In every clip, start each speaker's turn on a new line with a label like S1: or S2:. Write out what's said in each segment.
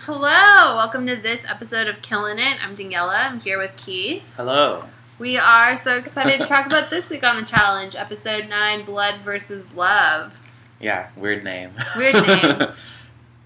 S1: Hello, welcome to this episode of Killing It. I'm Daniela. I'm here with Keith.
S2: Hello.
S1: We are so excited to talk about this week on the challenge, episode nine, Blood versus Love.
S2: Yeah, weird name.
S1: Weird name.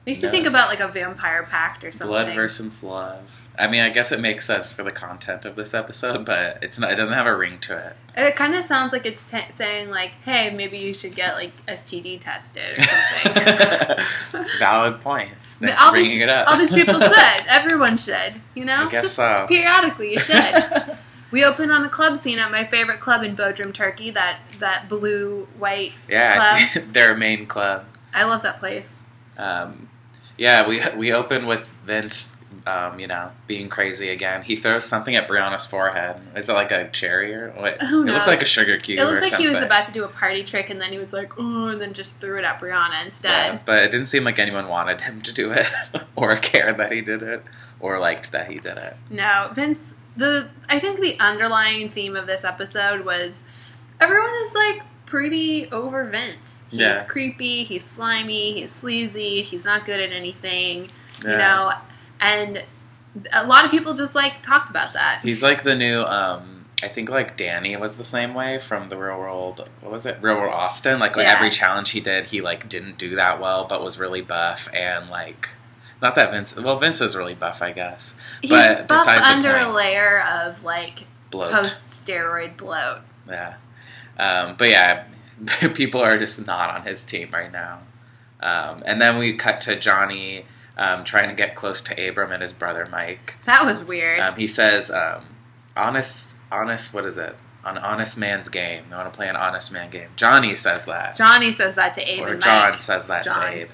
S1: Makes me
S2: No.
S1: think about like a vampire pact or something.
S2: Blood versus love. I mean, I guess it makes sense for the content of this episode, but it's not. It doesn't have a ring to it.
S1: And it kind of sounds like it's t- saying like, "Hey, maybe you should get like STD tested or something."
S2: Valid point.
S1: But
S2: Thanks
S1: all
S2: for bringing
S1: these,
S2: it up.
S1: all these people should. Everyone should. You know,
S2: I guess
S1: just
S2: so.
S1: periodically you should. We opened on a club scene at my favorite club in Bodrum, Turkey. That that blue white.
S2: yeah, their main club.
S1: I love that place.
S2: Um, yeah, we we open with Vince. Um, you know, being crazy again. He throws something at Brianna's forehead. Is it like a cherry or what?
S1: Who
S2: It
S1: knows?
S2: looked like a sugar cube.
S1: It looked
S2: or
S1: like he was
S2: something.
S1: about to do a party trick, and then he was like, "Ooh," and then just threw it at Brianna instead.
S2: Yeah, but it didn't seem like anyone wanted him to do it, or cared that he did it, or liked that he did it.
S1: No, Vince. The I think the underlying theme of this episode was everyone is like pretty over Vince. He's
S2: Yeah.
S1: creepy. He's slimy. He's sleazy. He's not good at anything. You
S2: Yeah.
S1: know, and a lot of people just like talked about that.
S2: He's like the new, um, I think like Danny was the same way from the Real World. What was it? Real World Austin. Like
S1: Yeah.
S2: every challenge he did, he like didn't do that well, but was really buff and like. Not that Vince. Well, Vince is really buff, I guess.
S1: He's
S2: But
S1: buff
S2: besides the
S1: under a
S2: point.
S1: layer of like
S2: Bloat.
S1: post steroid bloat.
S2: Yeah. Um, but yeah, people are just not on his team right now. Um, and then we cut to Johnny um, trying to get close to Abram and his brother Mike.
S1: That was weird.
S2: Um, he says, um, "Honest, honest. What is it? An honest man's game. They want to play an honest man game." Johnny says that,
S1: Johnny says that to Abe
S2: or
S1: and
S2: John
S1: Mike.
S2: says that
S1: John.
S2: to Abe,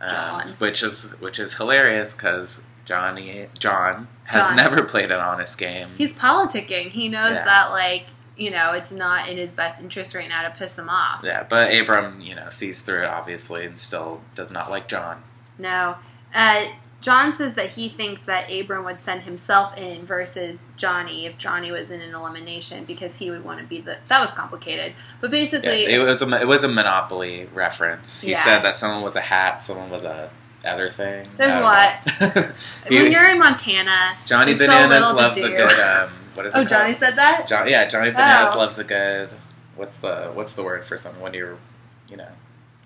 S2: Um,
S1: John.
S2: which is which is hilarious because Johnny John has
S1: John.
S2: never played an honest game.
S1: He's politicking. He knows
S2: Yeah.
S1: that like you know it's not in his best interest right now to piss them off.
S2: yeah, but Abram, you know, sees through it obviously and still does not like John.
S1: No. Uh, John says that he thinks that Abram would send himself in versus Johnny if Johnny was in an elimination because he would want to be the. That was complicated. But
S2: Yeah,
S1: basically,
S2: it was a it was a Monopoly reference. He
S1: Yeah.
S2: said that someone was a hat, someone was a other thing.
S1: There's a
S2: I don't know.
S1: when
S2: He-
S1: you're in Montana.
S2: Johnny
S1: There's so
S2: Bananas
S1: little to
S2: loves a
S1: do.
S2: good um, what is it
S1: Oh,
S2: called?
S1: Johnny said that?
S2: John, yeah, Johnny Bananas
S1: Oh.
S2: loves a good. What's the what's the word for something when you're, you know,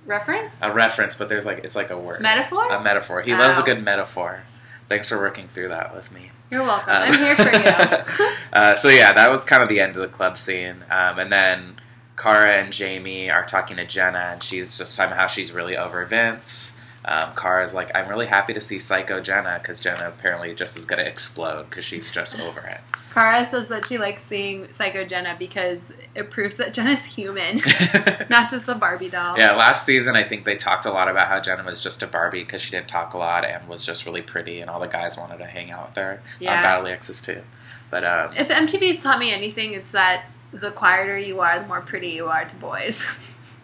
S1: Reference?
S2: a reference? But there's like it's like a word,
S1: Metaphor?
S2: a metaphor. He loves a
S1: Oh.
S2: good metaphor. Thanks for working through that with me.
S1: You're welcome.
S2: Um,
S1: I'm here for you.
S2: uh, so yeah, that was kind of the end of the club scene, um, and then Kara and Jamie are talking to Jenna, and she's just talking about how she's really over Vince. Um, Kara's like, I'm really happy to see Psycho Jenna because Jenna apparently just is gonna explode because she's just over it.
S1: Kara says that she likes seeing Psycho Jenna because it proves that Jenna's human, not just the Barbie doll.
S2: Yeah, last season I think they talked a lot about how Jenna was just a Barbie because she didn't talk a lot and was just really pretty, and all the guys wanted to hang out with her
S1: Yeah.
S2: on Battle of the Exes too. But um,
S1: If MTV's taught me anything, it's that the quieter you are, the more pretty you are to boys.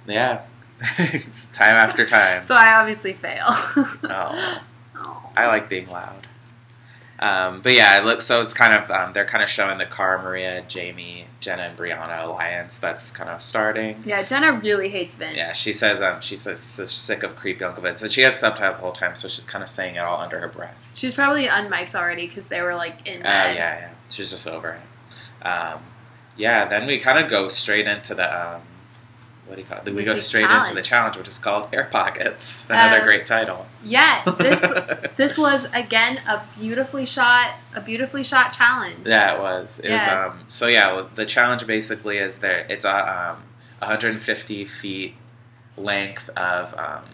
S2: yeah, it's time after time.
S1: so I obviously fail.
S2: oh,
S1: Oh.
S2: I like being loud. Um, but yeah, it looks so it's kind of um, they're kind of showing the Cara, Maria, Jamie, Jenna, and Brianna alliance that's kind of starting.
S1: Yeah, Jenna really hates Vince.
S2: Yeah, she says um, she says she's sick of creepy Uncle Vince, and she has subtitles the whole time, so she's kind of saying it all under her breath.
S1: She's probably unmiked already because they were like in
S2: Oh
S1: bed.
S2: yeah, yeah. She's just over it. Um, yeah, then we kind of go straight into the um, what do you call it? We
S1: This
S2: go
S1: week's
S2: straight into the
S1: challenge.
S2: challenge, which is called Air Pockets. Another
S1: Uh,
S2: great title.
S1: Yeah, this this was again a beautifully shot a beautifully shot challenge.
S2: yeah, it was. It
S1: Yeah.
S2: was. Um, so yeah, well, the challenge basically is there. It's a um, 150 feet length of um,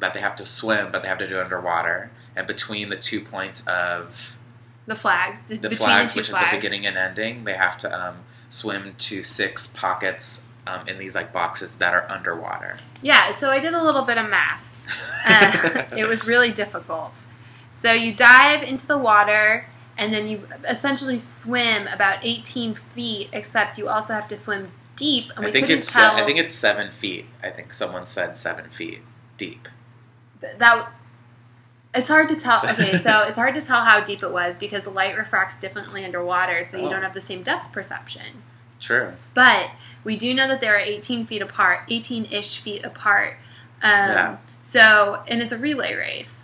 S2: that they have to swim, but they have to do it underwater. And between the two points of
S1: The flags. d-
S2: the
S1: between
S2: flags,
S1: the two
S2: which
S1: flags.
S2: is the beginning and ending, they have to um, swim to six pockets um, in these like boxes that are underwater.
S1: Yeah, so I did a little bit of math. Uh, it was really difficult. So you dive into the water and then you essentially swim about 18 feet, except you also have to swim deep. And we
S2: I think
S1: couldn't
S2: it's se-
S1: tell
S2: I think it's seven feet. I think someone said seven feet deep.
S1: th- that. It's hard to tell. Okay, so it's hard to tell how deep it was because light refracts differently underwater, so you
S2: Oh.
S1: don't have the same depth perception.
S2: True.
S1: But we do know that they are 18 feet apart, 18 ish feet apart. Um,
S2: Yeah.
S1: So, and it's a relay race.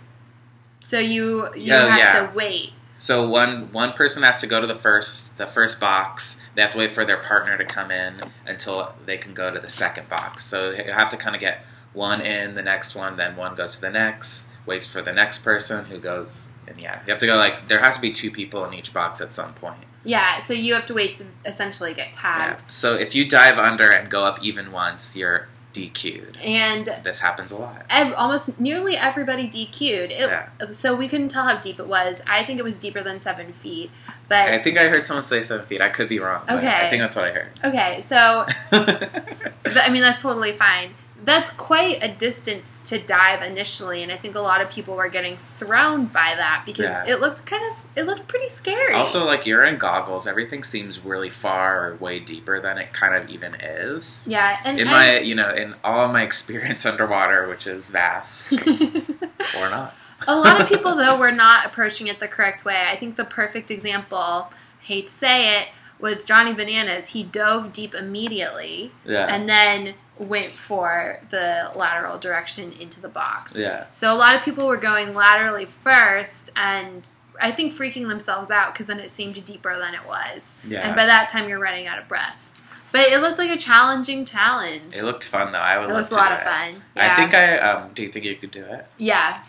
S1: So you you
S2: Oh,
S1: have
S2: yeah.
S1: to wait.
S2: So one one person has to go to the first the first box. They have to wait for their partner to come in until they can go to the second box. So you have to kind of get one in, the next one, then one goes to the next, waits for the next person who goes, and yeah, you have to go like there has to be two people in each box at some point.
S1: Yeah, so you have to wait to essentially get tagged.
S2: Yeah. So if you dive under and go up even once, you're DQ'd.
S1: And
S2: This happens a lot.
S1: ev- almost nearly everybody DQ'd. It,
S2: Yeah.
S1: So we couldn't tell how deep it was. I think it was deeper than seven feet.
S2: I
S1: But
S2: think I heard someone say seven feet. I could be wrong. But I
S1: Okay.
S2: think that's what I
S1: okay, so
S2: heard.
S1: Th- I mean, that's totally fine. That's quite a distance to dive initially, and I think a lot of people were getting thrown by that because
S2: Yeah.
S1: it looked kind of it looked pretty scary.
S2: Also, like you're in goggles, everything seems really far or way deeper than it kind of even is.
S1: yeah, and
S2: In my, you know, in all my experience underwater, which is vast
S1: and-
S2: or not.
S1: a lot of people though were not approaching it the correct way. I think the perfect example, hate to say it, was Johnny Bananas. He dove deep immediately
S2: Yeah,
S1: and then went for the lateral direction into the box.
S2: yeah,
S1: So a lot of people were going laterally first, and I think freaking themselves out because then it seemed deeper than it was,
S2: yeah.
S1: and by that time you're running out of breath. But it looked like a challenging challenge.
S2: it looked fun though. I would
S1: It
S2: love
S1: was
S2: to
S1: a lot
S2: do
S1: of
S2: it.
S1: fun. Yeah.
S2: I think I. Um, do you think you could do it?
S1: yeah,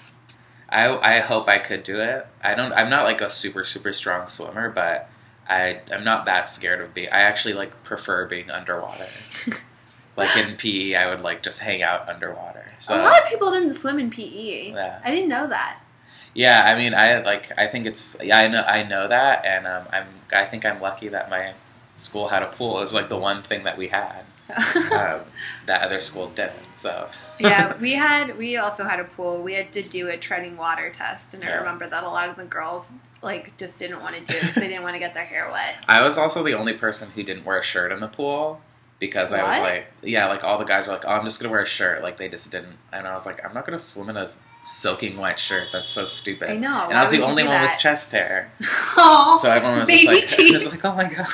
S2: I I hope I could do it. I don't. I'm not like a super super strong swimmer, but I I'm not that scared of being. I actually like prefer being underwater. like in PE, I would like just hang out underwater. So
S1: a lot of people didn't swim in PE.
S2: yeah.
S1: I didn't know that.
S2: Yeah, I mean, I like. I think it's. Yeah, I know. I know that, and um, I'm. I think I'm lucky that my school had a pool. Is like the one thing that we had um, that other schools didn't. So
S1: yeah, we had we also had a pool. We had to do a treading water test, and I
S2: Yeah.
S1: remember that a lot of the girls like just didn't want to do it because they didn't want to get their hair wet.
S2: I was also the only person who didn't wear a shirt in the pool because I was
S1: What?
S2: like, yeah, like all the guys were like, oh, I'm just gonna wear a shirt. Like they just didn't, and I was like, I'm not gonna swim in a soaking wet shirt. That's so stupid.
S1: I know.
S2: And I was the only one with
S1: that?
S2: chest hair,
S1: oh,
S2: so everyone was just
S1: baby
S2: like,
S1: Keith.
S2: just like, oh my god.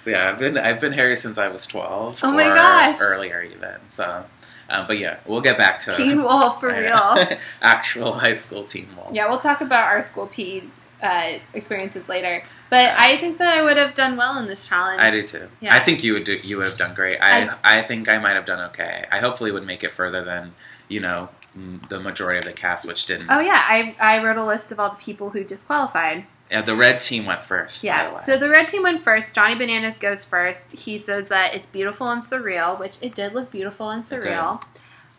S2: So yeah, I've been I've been hairy since I was twelve.
S1: Oh my
S2: or
S1: gosh.
S2: earlier even. So, um, but yeah, we'll get back to
S1: Teen Wolf for
S2: I
S1: real.
S2: know. actual high school teen wall.
S1: Yeah, we'll talk about our school PE uh, experiences later. But I think that I would have done well in this challenge.
S2: I do too.
S1: Yeah.
S2: I think you would do. You would have done great. I, I think I might have done okay. I hopefully would make it further than you know mm, the majority of the cast, which didn't.
S1: Oh yeah, I I wrote a list of all the people who disqualified.
S2: Yeah, the red team went first. by the
S1: Yeah.
S2: way.
S1: So the red team went first. Johnny Bananas goes first. He says that it's beautiful and surreal, which it did look beautiful and
S2: It did.
S1: surreal.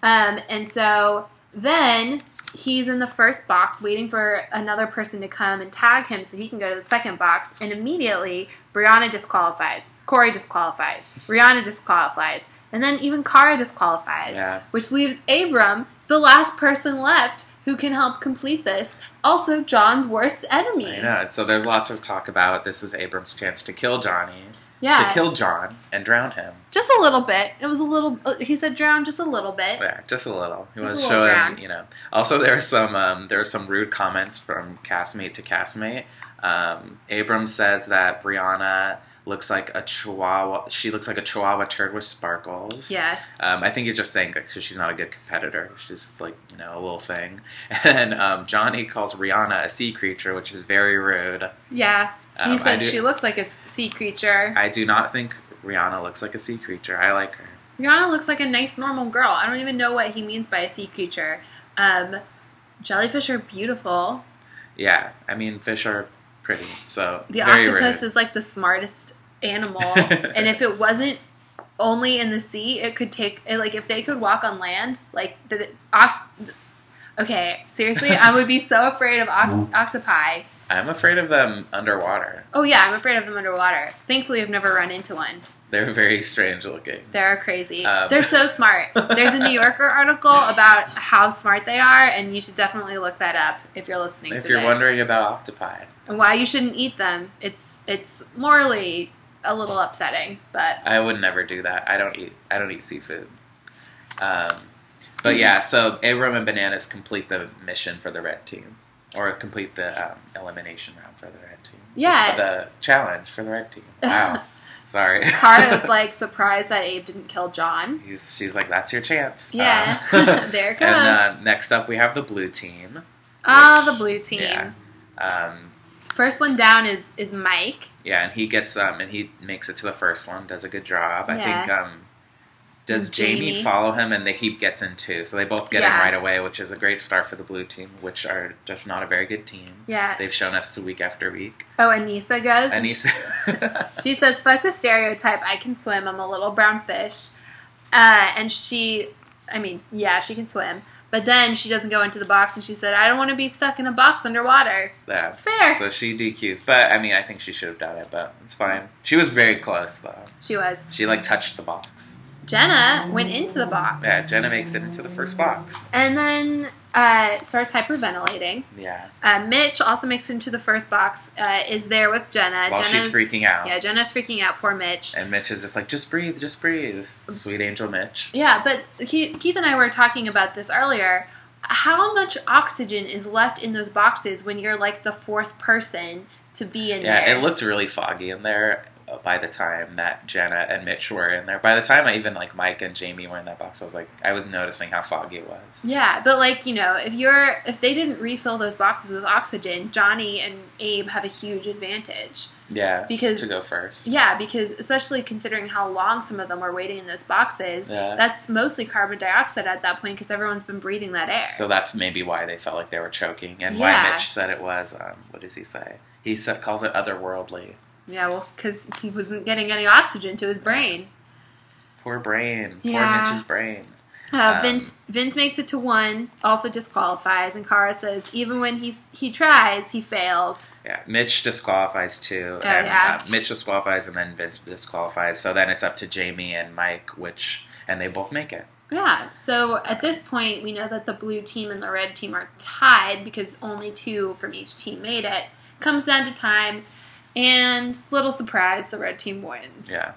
S1: Um, and so then he's in the first box waiting for another person to come and tag him so he can go to the second box. And immediately Brianna disqualifies. Corey disqualifies. Rihanna disqualifies. And then even Kara disqualifies
S2: yeah,
S1: which leaves Abram the last person left who can help complete this. Also, John's worst enemy.
S2: I know. And so there's lots of talk about this is Abram's chance to kill Johnny,
S1: Yeah,
S2: to kill John and drown him.
S1: just a little bit. It was a little. uh, He said drown just a little bit.
S2: Yeah, just a little. He
S1: Just
S2: wants
S1: a little
S2: to show him,
S1: drown.
S2: you know. Also, there were some um, there were some rude comments from castmate to castmate. Um, Abram says that Brianna looks like a chihuahua. She looks like a chihuahua turd with sparkles.
S1: Yes.
S2: Um, I think he's just saying that 'cause she's not a good competitor. She's just like you know a little thing. And um, Johnny calls Rihanna a sea creature, which is very rude.
S1: Yeah.
S2: Um,
S1: he
S2: I
S1: said
S2: do,
S1: she looks like a s- sea creature.
S2: I do not think Rihanna looks like a sea creature. I like her.
S1: Rihanna looks like a nice, normal girl. I don't even know what he means by a sea creature. Um, jellyfish are beautiful.
S2: Yeah, I mean fish are pretty. So
S1: The
S2: very
S1: octopus
S2: rude.
S1: is like the smartest animal, and if it wasn't only in the sea, it could take it, like if they could walk on land, like the oct- Okay, seriously, I would be so afraid of oct- octopi.
S2: I'm afraid of them underwater.
S1: Oh yeah, I'm afraid of them underwater. Thankfully, I've never run into one.
S2: They're very strange looking.
S1: They're crazy.
S2: Um.
S1: They're so smart. There's a New Yorker article about how smart they are, and you should definitely look that up if you're listening.
S2: If
S1: to
S2: you're
S1: this.
S2: wondering about octopi,
S1: and why you shouldn't eat them, it's it's morally a little upsetting, but
S2: I would never do that. I don't eat. I don't eat seafood. Um,
S1: Mm-hmm.
S2: but yeah, so Abram and Bananas complete the mission for the red team, or complete the um, elimination round for the red team.
S1: Yeah.
S2: the challenge for the red team. Wow. Sorry.
S1: Kara is like surprised that Abe didn't kill John.
S2: He's, she's like, "That's your chance."
S1: Yeah,
S2: Um,
S1: there it goes.
S2: and uh, next up, we have the blue team.
S1: Ah, the blue team.
S2: Yeah. Um,
S1: First one down is is Mike.
S2: yeah, and he gets um, and he makes it to the first one. Does a good job. I
S1: Yeah.
S2: think. Um, does
S1: And
S2: Jamie,
S1: Jamie.
S2: follow him, and they, he gets in too. So they both get
S1: Yeah.
S2: in right away, which is a great start for the blue team, which are just not a very good team.
S1: Yeah.
S2: They've shown us week after week.
S1: Oh, Anissa goes.
S2: And
S1: and
S2: he's
S1: She says, "Fuck the stereotype. I can swim. I'm a little brown fish." Uh, and she, I mean, yeah, she can swim. But then she doesn't go into the box, and she said, "I don't want to be stuck in a box underwater."
S2: yeah.
S1: Fair.
S2: So she DQs, but I mean, I think she should have done it, but it's fine. She was very close though.
S1: She was.
S2: She like touched the box.
S1: Jenna went into the box,
S2: Yeah, Jenna makes it into the first box.
S1: and then uh, starts hyperventilating.
S2: Yeah,
S1: Uh, Mitch also makes it into the first box. Uh, is there with Jenna.
S2: while
S1: Jenna's
S2: she's freaking out,
S1: Yeah, Jenna's freaking out. Poor Mitch.
S2: and Mitch is just like, just breathe, just breathe, sweet angel Mitch.
S1: Yeah, but Keith, Keith and I were talking about this earlier. How much oxygen is left in those boxes when you're like the fourth person to be in
S2: Yeah,
S1: there?
S2: it looked really foggy in there uh, by the time that Jenna and Mitch were in there. By the time I even like Mike and Jamie were in that box, I was like, I was noticing how foggy it was.
S1: yeah, but like you know, if you're if they didn't refill those boxes with oxygen, Johnny and Abe have a huge advantage
S2: Yeah,
S1: because
S2: to go first.
S1: yeah, because especially considering how long some of them were waiting in those boxes,
S2: Yeah.
S1: that's mostly carbon dioxide at that point because everyone's been breathing that air.
S2: So that's maybe why they felt like they were choking, and
S1: Yeah.
S2: why Mitch said it was. Um, what does he say? He sa calls it otherworldly.
S1: yeah, well, because he wasn't getting any oxygen to his brain.
S2: Poor brain.
S1: Yeah.
S2: Poor Mitch's brain.
S1: Uh,
S2: Um,
S1: Vince Vince makes it to one, also disqualifies, and Kara says even when he he tries, he fails.
S2: Yeah, Mitch disqualifies too,
S1: Oh,
S2: and
S1: yeah.
S2: uh, Mitch disqualifies, and then Vince disqualifies. So then it's up to Jamie and Mike, which and they both make it.
S1: Yeah. So at this point, we know that the blue team and the red team are tied because only two from each team made it. Comes down to time, and little surprise, the red team wins.
S2: Yeah.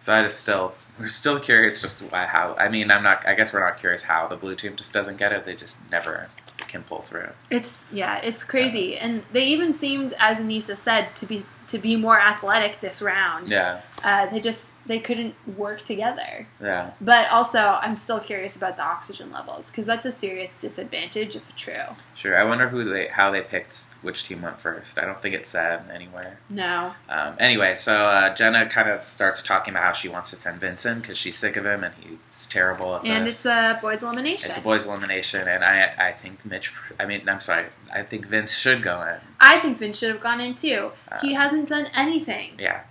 S2: So I just still we're still curious just why how I mean I'm not I guess we're not curious how the blue team just doesn't get it. They just never can pull through.
S1: It's yeah, it's crazy, and they even seemed, as Anissa said, to be to be more athletic this round.
S2: Yeah.
S1: Uh, they just they couldn't work together.
S2: Yeah.
S1: But also, I'm still curious about the oxygen levels because that's a serious disadvantage if true.
S2: Sure. I wonder who they how they picked which team went first. I don't think it said anywhere.
S1: No.
S2: Um, anyway, so uh, Jenna kind of starts talking about how she wants to send Vincent because she's sick of him and he's terrible at
S1: And
S2: this.
S1: it's uh, a boys' elimination.
S2: It's a boys' elimination, and I I think Mitch. I mean, I'm sorry. I think Vince should go in.
S1: I think Vince should have gone in too. he
S2: Uh,
S1: hasn't done anything.
S2: Yeah.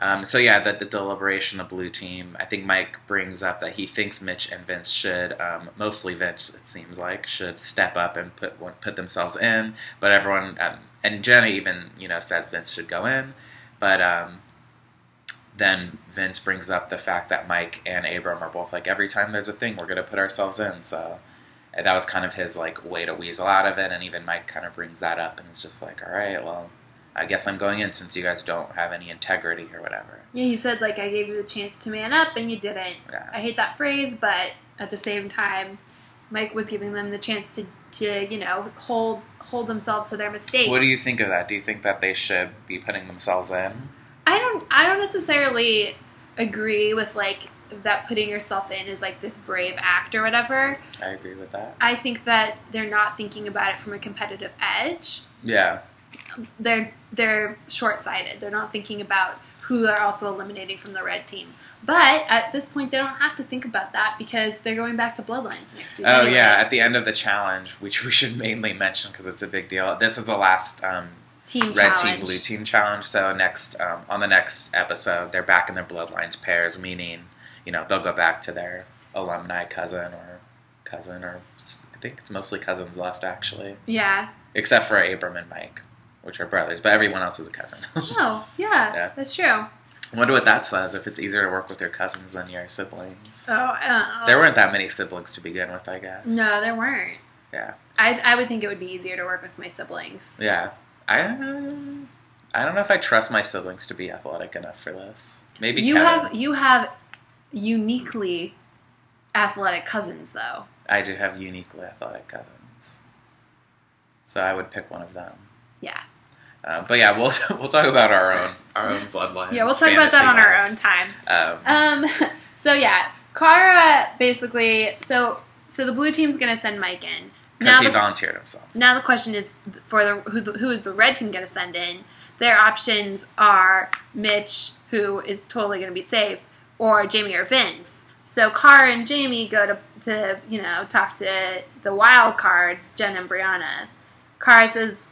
S2: Um, so yeah, the, the deliberation, the blue team. I think Mike brings up that he thinks Mitch and Vince should, um, mostly Vince, it seems like, should step up and put one- put themselves in. But everyone um, and Jenna even you know says Vince should go in, but um, then Vince brings up the fact that Mike and Abram are both like every time there's a thing, we're gonna put ourselves in. So and that was kind of his like way to weasel out of it. And even Mike kind of brings that up and is just like, all right, well, I guess I'm going in since you guys don't have any integrity or whatever.
S1: Yeah, he said like I gave you the chance to man up and you didn't.
S2: Yeah.
S1: I hate that phrase, but at the same time, Mike was giving them the chance to to you know hold hold themselves to their mistakes.
S2: What do you think of that? Do you think that they should be putting themselves in?
S1: I don't I don't necessarily agree with like that putting yourself in is like this brave act or whatever.
S2: I agree with that.
S1: I think that they're not thinking about it from a competitive edge.
S2: Yeah.
S1: They're they're short sighted. They're not thinking about who they're also eliminating from the red team. But at this point, they don't have to think about that because they're going back to Bloodlines next week.
S2: Oh
S1: anyways.
S2: yeah. At the end of the challenge, which we should mainly mention because it's a big deal. This is the last um,
S1: team
S2: red team
S1: challenge.
S2: blue team challenge. So next um, on the next episode, they're back in their bloodlines pairs, meaning you know they'll go back to their alumni cousin or cousin or s- I think it's mostly cousins left actually,
S1: Yeah.
S2: except for Abram and Mike, which are brothers, but everyone else is a cousin.
S1: Oh yeah,
S2: Yeah.
S1: that's true.
S2: I wonder what that says. If it's easier to work with your cousins than your siblings.
S1: Oh, uh,
S2: There weren't that many siblings to begin with, I guess.
S1: no, there weren't.
S2: Yeah.
S1: I I would think it would be easier to work with my siblings.
S2: Yeah. I. I don't know if I trust my siblings to be athletic enough for this. Maybe
S1: you
S2: Kevin.
S1: have you have uniquely athletic cousins though
S2: I do have uniquely athletic cousins, so I would pick one of them.
S1: yeah
S2: Uh, but yeah, we'll we'll talk about our own our own bloodline.
S1: yeah we'll talk about that on our own time
S2: our own. Um,
S1: um so yeah kara basically so so the blue team's gonna send mike in Now
S2: because he
S1: the-
S2: volunteered himself.
S1: Now the question is for the who, the, who is the red team going to send in? Their options are Mitch, who is totally going to be safe, or Jamie or Vince. So Car and Jamie go to, to you know talk to the wild cards, Jen and Brianna. Car says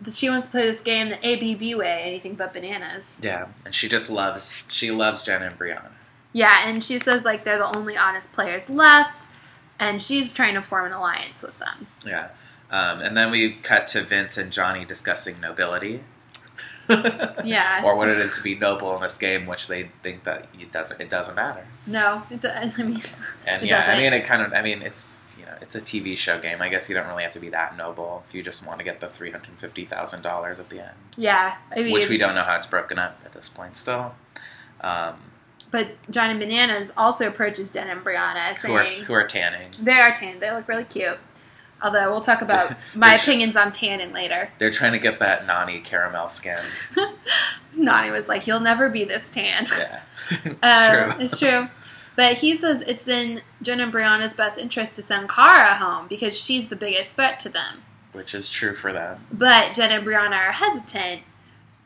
S1: that she wants to play this game the ABB way, anything but bananas.
S2: Yeah, and she just loves she loves Jen and Brianna.
S1: Yeah, and she says like they're the only honest players left, and she's trying to form an alliance with them.
S2: Yeah, um, and then we cut to Vince and Johnny discussing nobility.
S1: Yeah.
S2: or what it is to be noble in this game, which they think that it doesn't it doesn't matter.
S1: No, it do- I mean.
S2: And
S1: It
S2: yeah, I
S1: doesn't.
S2: mean it kind of I mean it's you know it's a TV show game. I guess you don't really have to be that noble if you just want to get the three hundred fifty thousand dollars at the end,
S1: Yeah, I mean,
S2: which we don't know how it's broken up at this point still. Um,
S1: but John and Bananas also approaches Jen and Brianna
S2: who are
S1: saying
S2: who are tanning?
S1: they are tan. They look really cute. Although we'll talk about my
S2: Which-
S1: opinions on tannin later.
S2: They're trying to get that nani caramel skin.
S1: Nani was like, "You'll never be this tan."
S2: Yeah, it's
S1: Uh,
S2: true.
S1: it's true. But he says it's in Jen and Brianna's best interest to send Kara home because she's the biggest threat to them.
S2: Which is true for them.
S1: But Jen and Brianna are hesitant.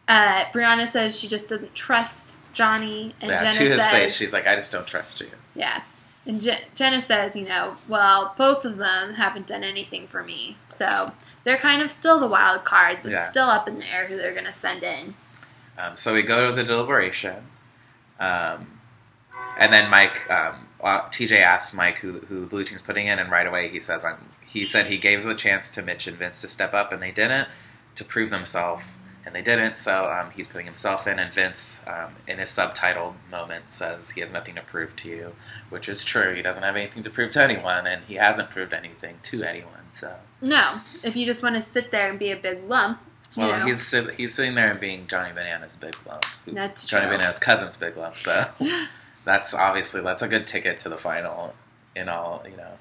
S1: Uh, Brianna says she just doesn't trust Johnny, and
S2: yeah,
S1: Jenna
S2: to his
S1: says,
S2: face, she's like, "I just don't trust you."
S1: Yeah. And Je- Jenna says, you know, well, both of them haven't done anything for me. So they're kind of still the wild card that's
S2: Yeah.
S1: still up in the air who they're going to send in.
S2: Um, so we go to the deliberation, um, and then Mike, um, uh, TJ asks Mike who, who the blue team's putting in, and right away he says, "I'm." He said he gave the chance to Mitch and Vince to step up, and they didn't to prove themselves, and they didn't. So um, he's putting himself in, and Vince, um, in his subtitled moment, says he has nothing to prove to you, which is true. He doesn't have anything to prove to anyone, and he hasn't proved anything to anyone. So
S1: No, if you just want to sit there and be a big lump, you
S2: well,
S1: know,
S2: he's sit- he's sitting there and being Johnny Bananas Big Love. who-
S1: that's true.
S2: Johnny Bananas' cousin's Big Love. So that's obviously that's a good ticket to the final. In all, you know,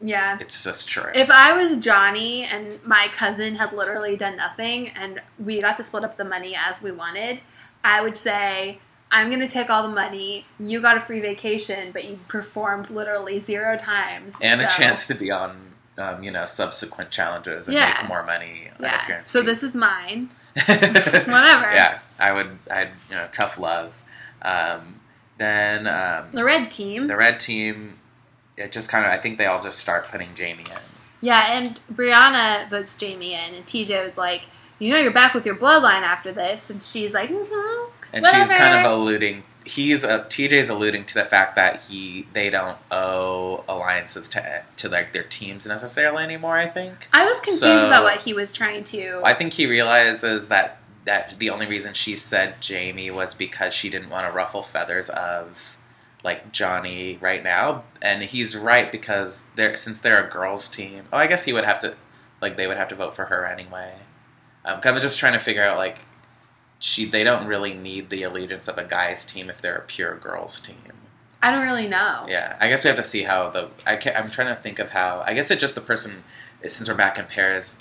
S1: Yeah.
S2: it's just true.
S1: If I was Johnny and my cousin had literally done nothing and we got to split up the money as we wanted, I would say, I'm going to take all the money. You got a free vacation, but you performed literally zero times.
S2: and a
S1: so-
S2: chance to be on, um, you know, subsequent challenges and
S1: Yeah.
S2: make more money. on
S1: Yeah.
S2: appearance
S1: So
S2: fees.
S1: this is mine.
S2: whatever.
S1: Whatever.
S2: Yeah, I would. I'd you know, tough love. Um, then um,
S1: The red team.
S2: the red team. It just kind of. I think they also start putting Jamie in.
S1: yeah, and Brianna votes Jamie in, and TJ was like, "You know, you're back with your bloodline after this," and she's like, mm-hmm.
S2: and she's
S1: Whatever.
S2: kind of alluding he's uh, TJ's alluding to the fact that he they don't owe alliances to to like their teams necessarily anymore I think
S1: "I was confused
S2: So-
S1: about what he was trying to."
S2: I think he realizes that that the only reason she said Jamie was because she didn't want to ruffle feathers of like Johnny right now and he's right because they're since they're a girls team oh I guess he would have to like they would have to vote for her anyway um, kind of just trying to figure out like she they don't really need the allegiance of a guys team if they're a pure girls team
S1: I don't really know.
S2: yeah, I guess we have to see how the. I can, I'm trying to think of how. I guess it just the person, since we're back in Paris,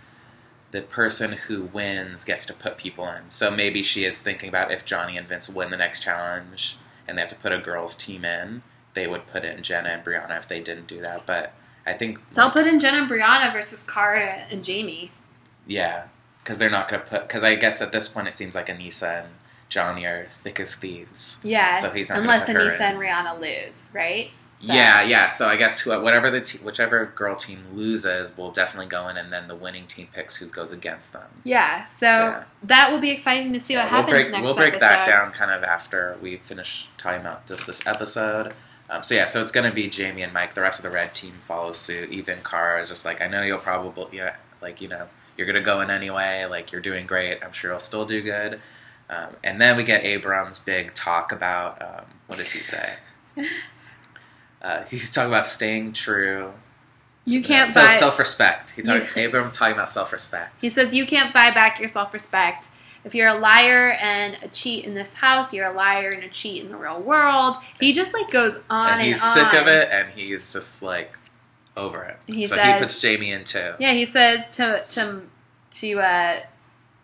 S2: the person who wins gets to put people in. So maybe she is thinking about if Johnny and Vince win the next challenge and they have to put a girls' team in, they would put in Jenna and Brianna if they didn't do that. But I think.
S1: So I'll put in Jen and Brianna versus Kara and Jamie.
S2: Yeah, because they're not going to put. Because I guess at this point it seems like Anissa and Johnny are thick as thieves.
S1: Yeah,
S2: So he's not gonna
S1: unless
S2: put her
S1: Anissa
S2: in.
S1: and Rihanna lose, right? So-
S2: Yeah, yeah. So I guess who, whatever the te- whichever girl team loses will definitely go in, and then the winning team picks who goes against them.
S1: Yeah, so
S2: Yeah.
S1: that will be exciting to see what
S2: Yeah,
S1: happens
S2: we'll break,
S1: next
S2: We'll break that
S1: episode.
S2: down kind of after we finish talking about just this episode. Um, so yeah, so it's going to be Jamie and Mike. The rest of the red team follows suit. Even Kara is just like, I know you'll probably, yeah, like you know, you're going to go in anyway. Like you're doing great. I'm sure you'll still do good. Um, and then we get Abrams' big talk about um, what does he say? uh, he's talking about staying true.
S1: You can't
S2: so
S1: buy.
S2: self respect. He
S1: You-
S2: talked Abram talking about self respect.
S1: He says, You can't buy back your self respect. If you're a liar and a cheat in this house, you're a liar and a cheat in the real world. He just like goes on and,
S2: And he's
S1: on.
S2: sick of it and he's just like over it.
S1: He
S2: so he
S1: says-
S2: puts Jamie in too.
S1: Yeah, he says to to to uh,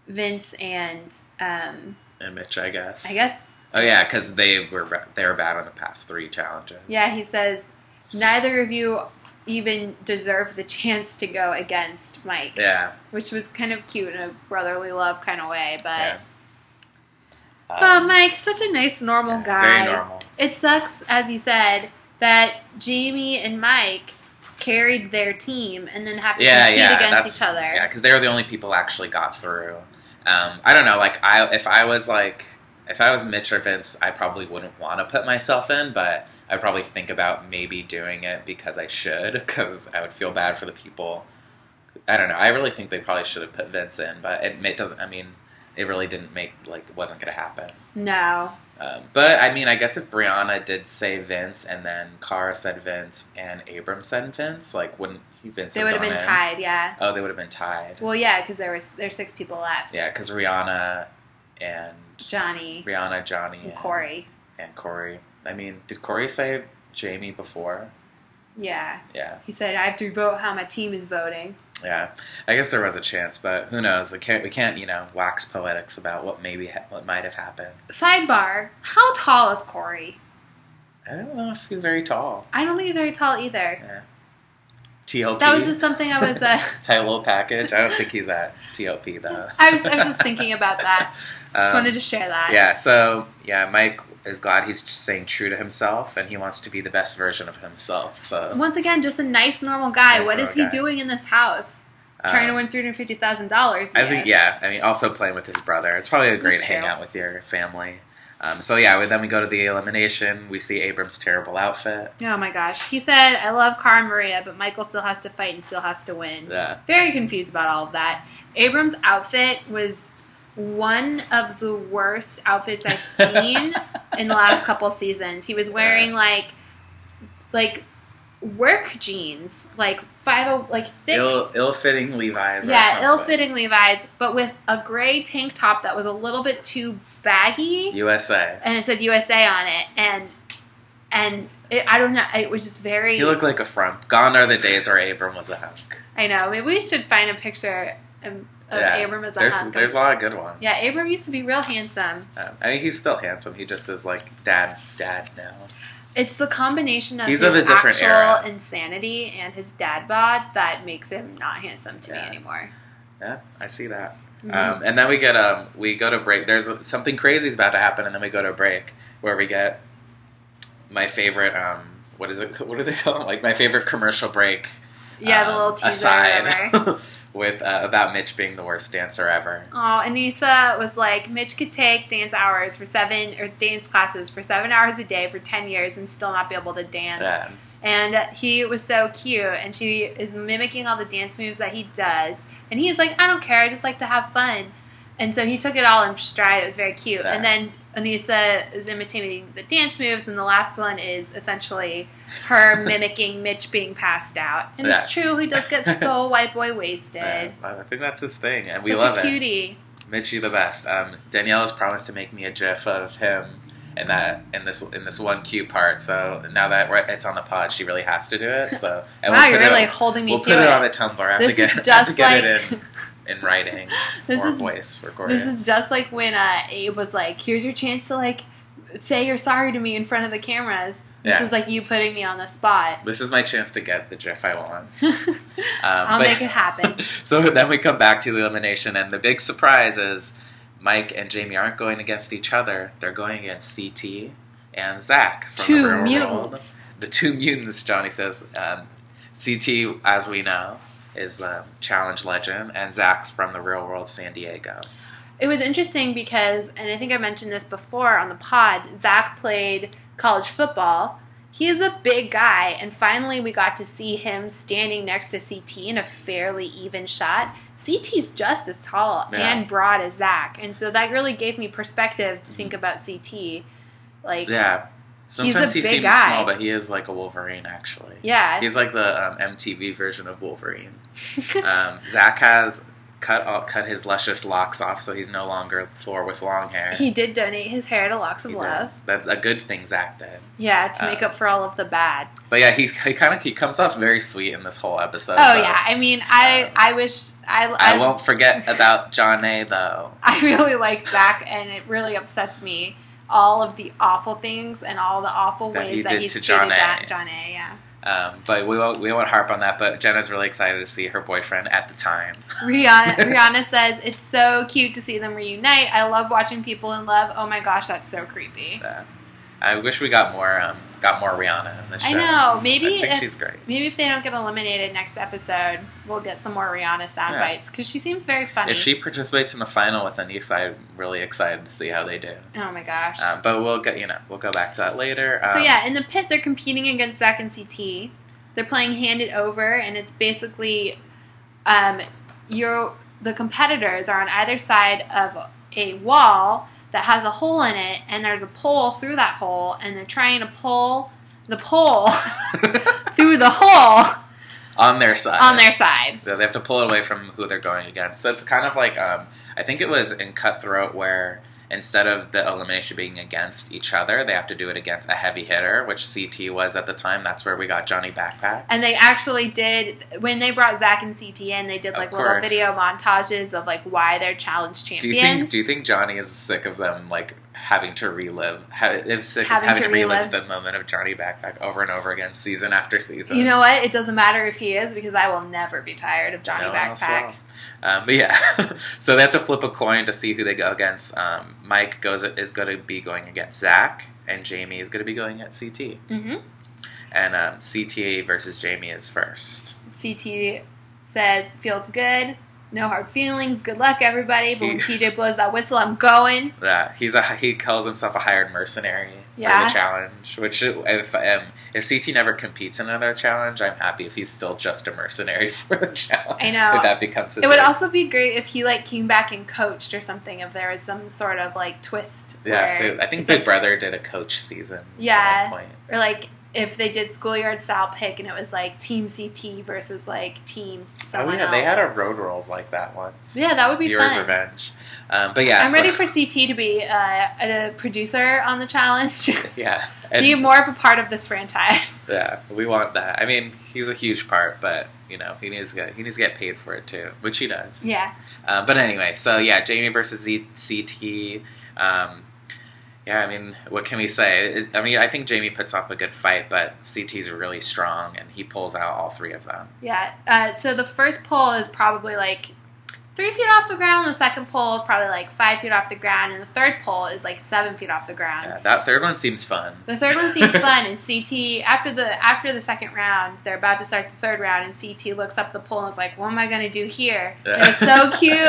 S1: Vince and um,
S2: And Mitch, I guess.
S1: I guess
S2: Oh yeah, because they were they were bad on the past three challenges.
S1: yeah, he says neither of you even deserve the chance to go against Mike,
S2: Yeah.
S1: which was kind of cute in a brotherly love kind of way. But
S2: yeah. Um,
S1: oh, Mike, such a nice, normal
S2: yeah,
S1: guy.
S2: Very normal.
S1: It sucks, as you said, that Jamie and Mike carried their team and then have to
S2: yeah,
S1: compete
S2: yeah,
S1: against
S2: that's,
S1: each other.
S2: Yeah, because they were the only people who actually got through. Um, I don't know, like I if I was like if I was Mitch or Vince, I probably wouldn't want to put myself in, but I'd probably think about maybe doing it because I should, because I would feel bad for the people. I don't know. I really think they probably should have put Vince in, but it, it doesn't. I mean, it really didn't make like it wasn't going to happen.
S1: No.
S2: Um, but I mean, I guess if Brianna did say Vince and then Kara said Vince and Abram said Vince, like wouldn't he Vince?
S1: They would have
S2: gone
S1: been
S2: in?
S1: tied, yeah.
S2: Oh, they would have been tied.
S1: Well, yeah, because there was there's six people left.
S2: yeah, because Rihanna and
S1: Johnny
S2: Rihanna, Johnny,
S1: and
S2: and
S1: Corey.
S2: and Corey. I mean, did Corey say Jamie before?
S1: Yeah.
S2: Yeah,
S1: He said, I have to vote how my team is voting.
S2: yeah. I guess there was a chance, but who knows? We can't, we can't, you know, wax poetics about what maybe ha- what might have happened.
S1: Sidebar, how tall is Corey?
S2: I don't know if he's very tall.
S1: I don't think he's very tall either.
S2: Yeah. TLP.
S1: That was just something I was uh,
S2: tight little package. I don't think he's at TLP though.
S1: I was I was just thinking about that. Just
S2: Um,
S1: wanted to share that.
S2: Yeah, so yeah, Mike is glad he's staying true to himself and he wants to be the best version of himself. So
S1: Once again, just a nice normal guy.
S2: Nice
S1: what is
S2: normal
S1: he
S2: guy. Uh,
S1: doing in this house? Trying to win three hundred fifty thousand dollars.
S2: Um, I think yeah. I mean, also playing with his brother. It's probably a great
S1: That's true.
S2: hangout with your family. Um, so yeah, we- then we go to the elimination. We see Abram's terrible outfit.
S1: Oh my gosh. He said, I love Cara and Maria, but Michael still has to fight and still has to win.
S2: Yeah,
S1: Very confused about all of that. Abram's outfit was one of the worst outfits I've seen in the last couple seasons. He was wearing like like work jeans, like five oh like thick
S2: ill ill-fitting Levi's. or
S1: yeah,
S2: something.
S1: ill-fitting Levi's, but with a gray tank top that was a little bit too baggy,
S2: USA.
S1: and it said USA on it, and and it, I don't know, it was just very.
S2: He looked like a frump. Gone are the days where Abram was a hunk.
S1: I know. Maybe we should find a picture of, of
S2: Yeah,
S1: Abram as a
S2: There's
S1: hunk.
S2: there's a lot of good ones.
S1: yeah, Abram used to be real handsome.
S2: Um, I mean, he's still handsome. He just is like dad, dad now.
S1: It's the combination of
S2: He's
S1: his
S2: of a different
S1: actual
S2: era.
S1: insanity and his dad bod that makes him not handsome to me
S2: Yeah.
S1: anymore.
S2: Yeah, I see that.
S1: Mhm.
S2: Um, and then we get um, we go to break. There's something crazy is about to happen, and then we go to a break where we get my favorite. Um, what is it? What do they call it? Like my favorite commercial break.
S1: Mm-hmm. yeah, the
S2: um,
S1: little teaser. or whatever.
S2: aside with uh, about Mitch being the worst dancer ever.
S1: Oh, Anissa was like, Mitch could take dance hours for seven or dance classes for seven hours a day for ten years and still not be able to dance.
S2: Yeah.
S1: And he was so cute, and she is mimicking all the dance moves that he does. And he's like, I don't care, I just like to have fun. And so he took it all in stride. It was very cute.
S2: Yeah.
S1: And then Anissa is imitating the dance moves, and the last one is essentially her mimicking Mitch being passed out. And
S2: Yeah.
S1: it's true, he does get so white boy wasted.
S2: Yeah, I think that's his thing, and we
S1: Such
S2: love
S1: a
S2: it.
S1: cutie.
S2: Mitch, you the best. Um, Danielle has promised to make me a GIF of him in that in this in this one cute part. So now that we're, it's on the pod, she really has to do it. So and
S1: wow,
S2: we'll
S1: you're
S2: put it
S1: really
S2: on-
S1: holding me
S2: we'll
S1: to
S2: put it,
S1: it.
S2: on the Tumblr. I have
S1: this
S2: to get,
S1: is
S2: I have
S1: just
S2: to get
S1: like
S2: it in, in writing
S1: this
S2: or
S1: is
S2: voice recording.
S1: this is just like when uh, Abe was like, "Here's your chance to like say you're sorry to me in front of the cameras." This
S2: Yeah.
S1: is like you putting me on the spot.
S2: This is my chance to get the GIF I want. Um,
S1: I'll
S2: but-
S1: make it happen.
S2: so then we come back to the elimination, and the big surprise is Mike and Jamie aren't going against each other. They're going against CT and Zach. From the
S1: Two
S2: real world.
S1: mutants.
S2: the two mutants, Johnny says. Um, CT, as we know, is the challenge legend, and Zach's from the real world San Diego.
S1: It was interesting because, and I think I mentioned this before on the pod. Zach played college football. He is a big guy, and finally we got to see him standing next to CT in a fairly even shot. CT's just as tall
S2: Yeah.
S1: and broad as Zach, and so that really gave me perspective to think about CT. Like,
S2: Mm-hmm. Yeah.
S1: He's a
S2: Sometimes he
S1: big
S2: seems
S1: guy.
S2: small, but he is like a Wolverine, actually.
S1: yeah.
S2: He's like the um, MTV version of Wolverine. Um, Zach has cut all, cut his luscious locks off, so he's no longer Thor with long hair.
S1: he did donate his hair to Locks of
S2: He did.
S1: Love.
S2: That, a good thing Zach did.
S1: Yeah, to make
S2: Um,
S1: up for all of the bad.
S2: But yeah, he, he kind of he comes off very sweet in this whole episode.
S1: Oh
S2: though.
S1: yeah, I mean, I
S2: um,
S1: I wish I
S2: I won't forget about John A though.
S1: I really like Zach, and it really upsets me all of the awful things and all the awful
S2: That
S1: ways
S2: he
S1: that
S2: did
S1: he's
S2: to
S1: treated
S2: John A.
S1: that John A. Yeah,
S2: Um, but we won't we won't harp on that. But Jenna's really excited to see her boyfriend at the time.
S1: Rihanna, Rihanna says it's so cute to see them reunite. I love watching people in love. Oh my gosh, that's so creepy.
S2: Uh, I wish we got more um, got more Rihanna in the show.
S1: I know. Maybe
S2: I think
S1: if,
S2: she's great.
S1: maybe if they don't get eliminated next episode, we'll get some more Rihanna sound
S2: Yeah.
S1: bites because she seems very funny.
S2: If she participates in the final with Anissa, I'm really excited to see how they do.
S1: oh my gosh.
S2: Um, but we'll get you know we'll go back to that later. Um,
S1: so yeah, in the pit they're competing against Zach and CT. They're playing hand it over, and it's basically um, you're the competitors are on either side of a wall that has a hole in it, and there's a pole through that hole, and they're trying to pull the pole through the hole
S2: on their side.
S1: on their side.
S2: So they have to pull it away from who they're going against. So it's kind of like um, I think it was in Cutthroat where instead of the elimination being against each other, they have to do it against a heavy hitter, which CT was at the time. That's where we got Johnny Backpack.
S1: And they actually did when they brought Zach and CT in, they did
S2: Of
S1: like
S2: course.
S1: little video montages of like why they're challenge
S2: Do you think?
S1: champions.
S2: Do you think Johnny is sick of them like having to relive? Ha- is sick
S1: Having
S2: of having
S1: to
S2: to, relive,
S1: relive.
S2: the moment of Johnny Backpack over and over again, season after season?
S1: You know what? It doesn't matter if he is because I will never be tired of Johnny
S2: No one else
S1: Backpack.
S2: will. Um, but yeah, so they have to flip a coin to see who they go against. Um, Mike goes is going to be going against Zach, and Jamie is going to be going at CT.
S1: hmm
S2: And um, CTA versus Jamie is first.
S1: CT says feels good, no hard feelings. Good luck, everybody. But when TJ blows that whistle, I'm going.
S2: Yeah, he's a he calls himself a hired mercenary for
S1: Yeah.
S2: the challenge. Which if um, if CT never competes in another challenge, I'm happy if he's still just a mercenary for the challenge.
S1: I know.
S2: if that becomes his
S1: It would
S2: thing.
S1: also be great if he like came back and coached or something. If there was some sort of like twist,
S2: yeah.
S1: where
S2: they- I think
S1: it's
S2: Big
S1: like-
S2: Brother did a coach season.
S1: Yeah.
S2: At one point.
S1: or like if they did schoolyard style pick and it was like team CT versus like team
S2: Oh
S1: someone
S2: yeah, they
S1: else.
S2: had a road rolls like that once.
S1: yeah, that would be
S2: Viewer's
S1: fun.
S2: revenge. Um, but yeah,
S1: I'm
S2: so-
S1: ready for CT to be uh, a producer on the challenge.
S2: yeah. And-
S1: be more of a part of this franchise.
S2: Yeah, we want that. I mean, he's a huge part, but you know, he needs to get he needs to get paid for it too, which he does.
S1: Yeah.
S2: Uh, but anyway, so yeah, Jamie versus Z- CT. Um, yeah, I mean, what can we say? It- I mean, I think Jamie puts up a good fight, but CT's really strong, and he pulls out all three of them.
S1: Yeah. Uh, so the first pole is probably like three feet off the ground. The second pole is probably like five feet off the ground. And the third pole is like seven feet off the ground.
S2: Yeah, that third one seems fun.
S1: The third one seemed fun, and CT after the after the second round, they're about to start the third round, and CT looks up the pole and is like, "What am I gonna do here?" And it's so cute.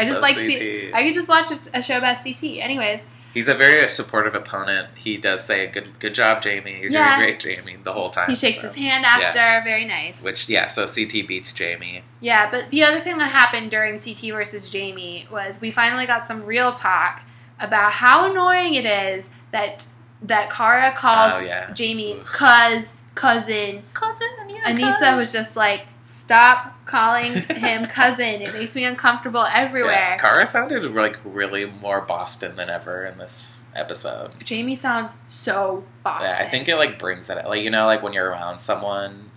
S1: I just
S2: Love
S1: like
S2: CT.
S1: C- I could just watch a, a show about CT. Anyways,
S2: He's a very supportive opponent. He does say, "Good, good job, Jamie. You're
S1: Yeah.
S2: doing great, Jamie." The whole time
S1: he shakes
S2: so.
S1: his hand after. Very nice.
S2: Which yeah, so CT beats Jamie.
S1: Yeah, but the other thing that happened during CT versus Jamie was we finally got some real talk about how annoying it is that that Kara calls
S2: oh yeah,
S1: Jamie
S2: Oof.
S1: cuz cousin.
S2: cousin.
S1: Anissa was just like, "Stop calling him cousin. It makes me uncomfortable everywhere."
S2: Yeah, Kara sounded like really more Boston than ever in this episode.
S1: Jamie sounds so Boston.
S2: Yeah, I think it like brings it like you know like when you're around someone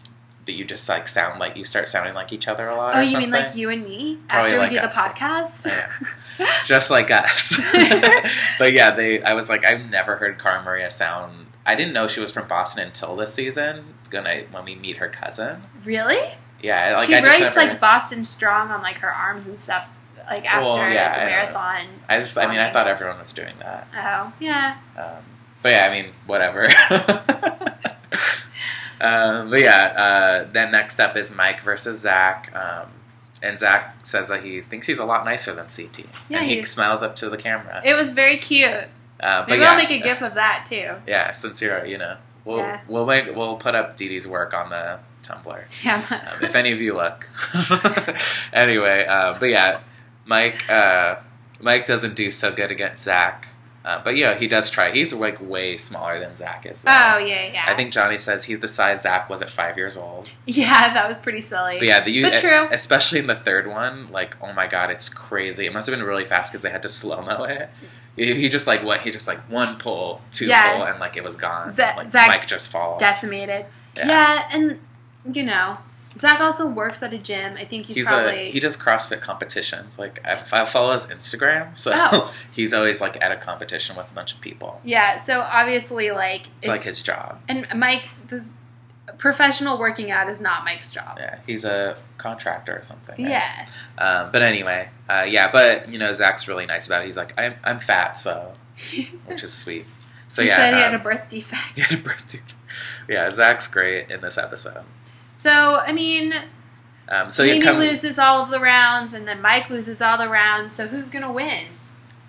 S2: that you just like sound like you start sounding like each other a lot.
S1: Oh,
S2: or
S1: you mean like
S2: something.
S1: you and me
S2: Probably
S1: after
S2: like
S1: we do the
S2: us.
S1: podcast?
S2: Yeah. just like us. but yeah, they. I was like, I've never heard Cara Maria sound. I didn't know she was from Boston until this season. Gonna when we meet her cousin.
S1: really?
S2: Yeah, like
S1: she
S2: I just
S1: writes
S2: never,
S1: like Boston Strong on like her arms and stuff, like after
S2: Well, yeah,
S1: like, the
S2: I know.
S1: marathon.
S2: I just. I mean, I thought everyone was doing that.
S1: Oh yeah,
S2: Um, but yeah, I mean, whatever. um, but yeah, uh, then next up is Mike versus Zach. Um, and Zach says that he thinks he's a lot nicer than CT.
S1: Yeah,
S2: and he,
S1: he-
S2: smiles up to the camera.
S1: it was very cute.
S2: Uh, but
S1: Maybe
S2: yeah,
S1: I'll make a gif of that too.
S2: Yeah, sincere, you know. We'll,
S1: Yeah.
S2: we'll, make, we'll put up Dee Dee's work on the Tumblr.
S1: Yeah,
S2: Um, if any of you look. anyway, uh, but yeah, Mike uh, Mike doesn't do so good against Zach, uh, but you know he does try. He's like way smaller than Zach is.
S1: Oh yeah, yeah.
S2: I think Johnny says he's the size Zach was at five years old.
S1: yeah, that was pretty silly.
S2: But yeah, the you,
S1: But true.
S2: especially in the third one, like oh my god, it's crazy. It must have been really fast because they had to slow mo it. He he just like what he just like one pull, two
S1: Yeah.
S2: pull, and like it was gone.
S1: Za-
S2: like
S1: Zach
S2: Mike just falls.
S1: decimated.
S2: Yeah.
S1: Yeah. and you know, Zach also works at a gym. I think he's,
S2: he's
S1: probably
S2: a he does CrossFit competitions. Like I, I follow his Instagram, so
S1: Oh.
S2: he's always like at a competition with a bunch of people.
S1: yeah. So obviously, like,
S2: It's like his job.
S1: and Mike, this professional working out is not Mike's job.
S2: Yeah, he's a contractor or something. right?
S1: Yeah.
S2: Um, but anyway, uh, yeah. But you know, Zach's really nice about it. He's like, I'm, I'm fat, so which is sweet. So
S1: he
S2: yeah,
S1: said he had a
S2: um,
S1: birth defect.
S2: he had a birth defect. Yeah, Zach's great in this episode.
S1: So I mean,
S2: Um, so
S1: Jamie
S2: you come,
S1: loses all of the rounds, and then Mike loses all the rounds. So who's gonna win?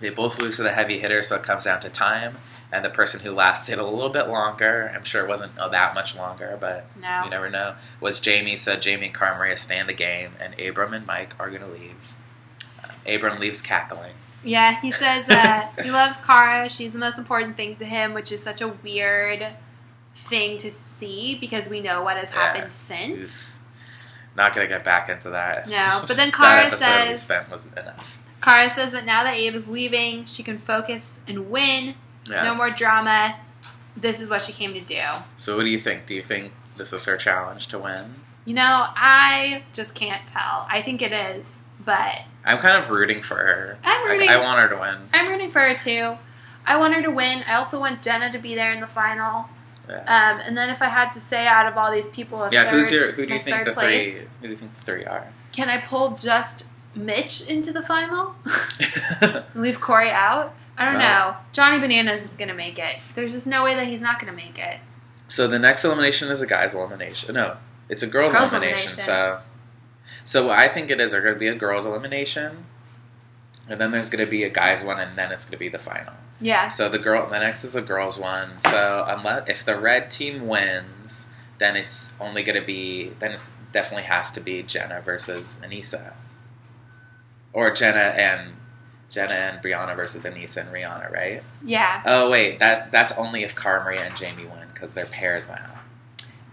S2: they both lose to the heavy hitter, so it comes down to time and the person who lasted a little bit longer. I'm sure it wasn't uh, that much longer, but
S1: No.
S2: you never know. Was Jamie? So Jamie and Carmaria stay in the game, and Abram and Mike are gonna leave. Uh, Abram leaves cackling.
S1: Yeah, he says that he loves Kara. She's the most important thing to him, which is such a weird thing to see because we know what has
S2: Yeah.
S1: happened since.
S2: He's not gonna get back into that.
S1: No, but then
S2: that
S1: Kara
S2: episode we
S1: says
S2: spent was enough.
S1: Kara says that now that Abe is leaving, she can focus and win.
S2: Yeah.
S1: No more drama. This is what she came to do.
S2: So what do you think? Do you think this is her challenge to win?
S1: You know, I just can't tell. I think it is, but
S2: I'm kind of rooting for her.
S1: I'm
S2: Like,
S1: rooting.
S2: I want her to win.
S1: I'm rooting for her too. I want her to win. I also want Jenna to be there in the final.
S2: Yeah.
S1: Um, and then if I had to say out of all these people, a
S2: yeah,
S1: third,
S2: who's your? Who do you
S1: my
S2: think
S1: third
S2: the
S1: place?
S2: three? Who do you think the three are?
S1: Can I pull just Mitch into the final? Leave Corey out? I don't
S2: No.
S1: know. Johnny Bananas is going to make it. There's just no way that he's not going to make it.
S2: so the next elimination is a guy's elimination. No, it's a girls',
S1: Girls'
S2: elimination,
S1: elimination.
S2: So, so what I think it is are going to be a girls' elimination, and then there's going to be a guys' one, and then it's going to be the final.
S1: Yeah.
S2: So the girl, the next is a girls' one. So unless if the red team wins, then it's only going to be then it's definitely has to be Jenna versus Anissa, or Jenna and Jenna and Brianna versus Anissa and Rihanna, right?
S1: Yeah.
S2: Oh wait, that that's only if Cara Maria and Jamie win because they're pairs now.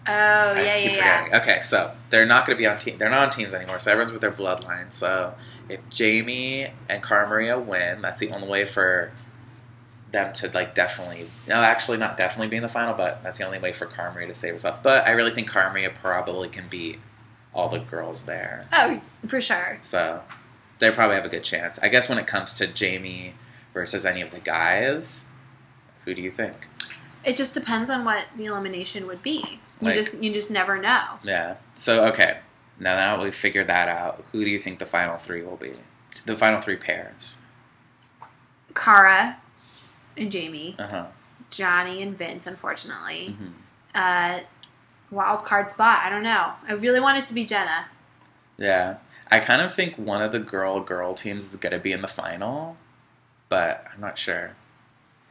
S1: Oh, yeah,
S2: I keep
S1: yeah, yeah.
S2: forgetting. Okay, so they're not going to be on team. They're not on teams anymore. So everyone's with their bloodline. So if Jamie and Cara Maria win, that's the only way for them to like definitely. No, actually, not definitely be in the final, but that's the only way for Cara Maria to save herself. But I really think Cara Maria probably can beat all the girls there.
S1: Oh, for sure.
S2: So they probably have a good chance. I guess when it comes to Jamie versus any of the guys, who do you think?
S1: It just depends on what the elimination would be. You
S2: Like-
S1: just you just never know.
S2: Yeah. So okay, now that we figured that out, who do you think the final three will be? The final three pairs.
S1: Kara and Jamie,
S2: Uh huh.
S1: Johnny and Vince, unfortunately.
S2: hmm
S1: Uh, wild card spot. I don't know. I really want it to be Jenna.
S2: Yeah. I kind of think one of the girl girl teams is gonna be in the final, but I'm not sure.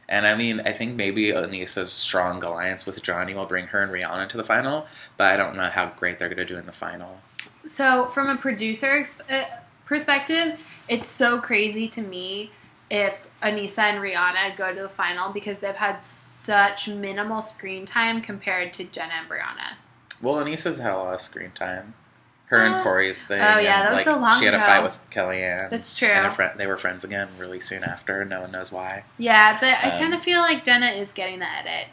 S2: And I mean, I think maybe Anissa's strong alliance with Johnny will bring her and Rihanna to the final, but I don't know how great they're gonna do in the final.
S1: So, from a producer ex- uh, perspective, it's so crazy to me if Anissa and Rihanna go to the final because they've had such minimal screen time compared to Jenna and Brianna.
S2: Well, Anissa's had a lot of screen time. Her
S1: Uh,
S2: and Corey's thing.
S1: oh, yeah,
S2: and,
S1: that was
S2: like,
S1: so long
S2: She had
S1: ago.
S2: a fight with Kellyanne.
S1: That's true.
S2: And a friend, they were friends again really soon after. No one knows why.
S1: Yeah, but I
S2: Um,
S1: kind of feel like Jenna is getting the edit.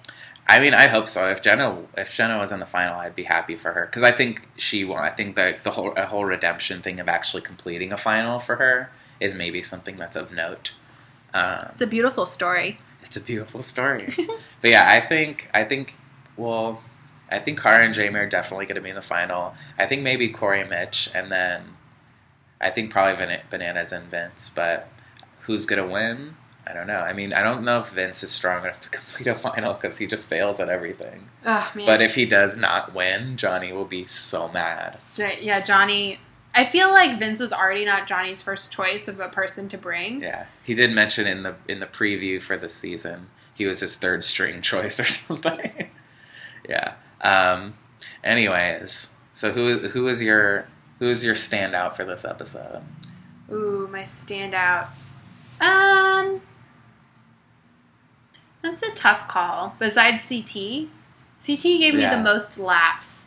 S2: I mean, I hope so. If Jenna, if Jenna was in the final, I'd be happy for her because I think she won. I think that the whole a whole redemption thing of actually completing a final for her is maybe something that's of note. Um,
S1: It's a beautiful story.
S2: it's a beautiful story. but yeah, I think I think well, I think Cara and Jamie are definitely going to be in the final. I think maybe Corey and Mitch, and then I think probably Van- Bananas and Vince. But who's going to win? I don't know. I mean, I don't know if Vince is strong enough to complete a final because he just fails at everything.
S1: Oh, man.
S2: But if he does not win, Johnny will be so mad.
S1: J- yeah, Johnny. I feel like Vince was already not Johnny's first choice of a person to bring.
S2: Yeah, he did mention in the in the preview for the season he was his third string choice or something. yeah. Um. Anyways, so who who is your who is your standout for this episode?
S1: Ooh, my standout. Um, that's a tough call. Besides CT, CT gave me
S2: Yeah.
S1: the most laughs.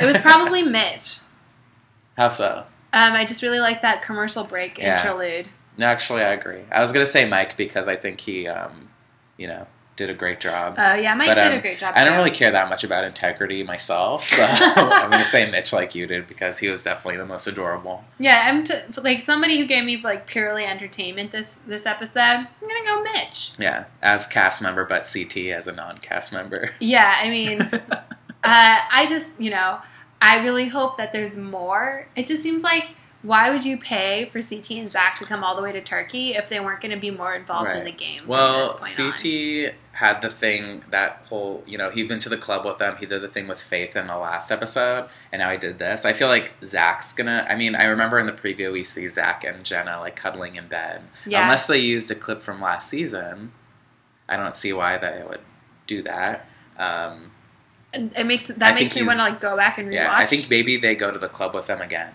S1: It was probably Mitch.
S2: how so?
S1: Um, I just really like that commercial break
S2: Yeah.
S1: interlude.
S2: No, actually, I agree. I was gonna say Mike because I think he, um, you know, did a great job.
S1: Oh yeah, Mike
S2: But,
S1: did a
S2: um,
S1: great job.
S2: I don't
S1: too.
S2: really care that much about integrity myself, so I'm gonna say Mitch like you did because he was definitely the most adorable.
S1: Yeah, I'm t- like somebody who gave me like purely entertainment this this episode. I'm gonna go Mitch.
S2: Yeah, as cast member, but CT as a non-cast member.
S1: Yeah, I mean, Uh, I just, you know, I really hope that there's more. It just seems like why would you pay for CT and Zach to come all the way to Turkey if they weren't going to be more involved in the
S2: Right.
S1: game?
S2: Well,
S1: from this point on?
S2: CT had the thing that whole, you know, he'd been to the club with them. He did the thing with Faith in the last episode, and now he did this. I feel like Zach's gonna. I mean, I remember in the preview we see Zach and Jenna like cuddling in bed.
S1: Yeah.
S2: Unless they used a clip from last season, I don't see why they would do that. Um,
S1: And it makes that
S2: I
S1: makes me
S2: think he's-
S1: want to like go back and rewatch.
S2: yeah, I think maybe they go to the club with them again.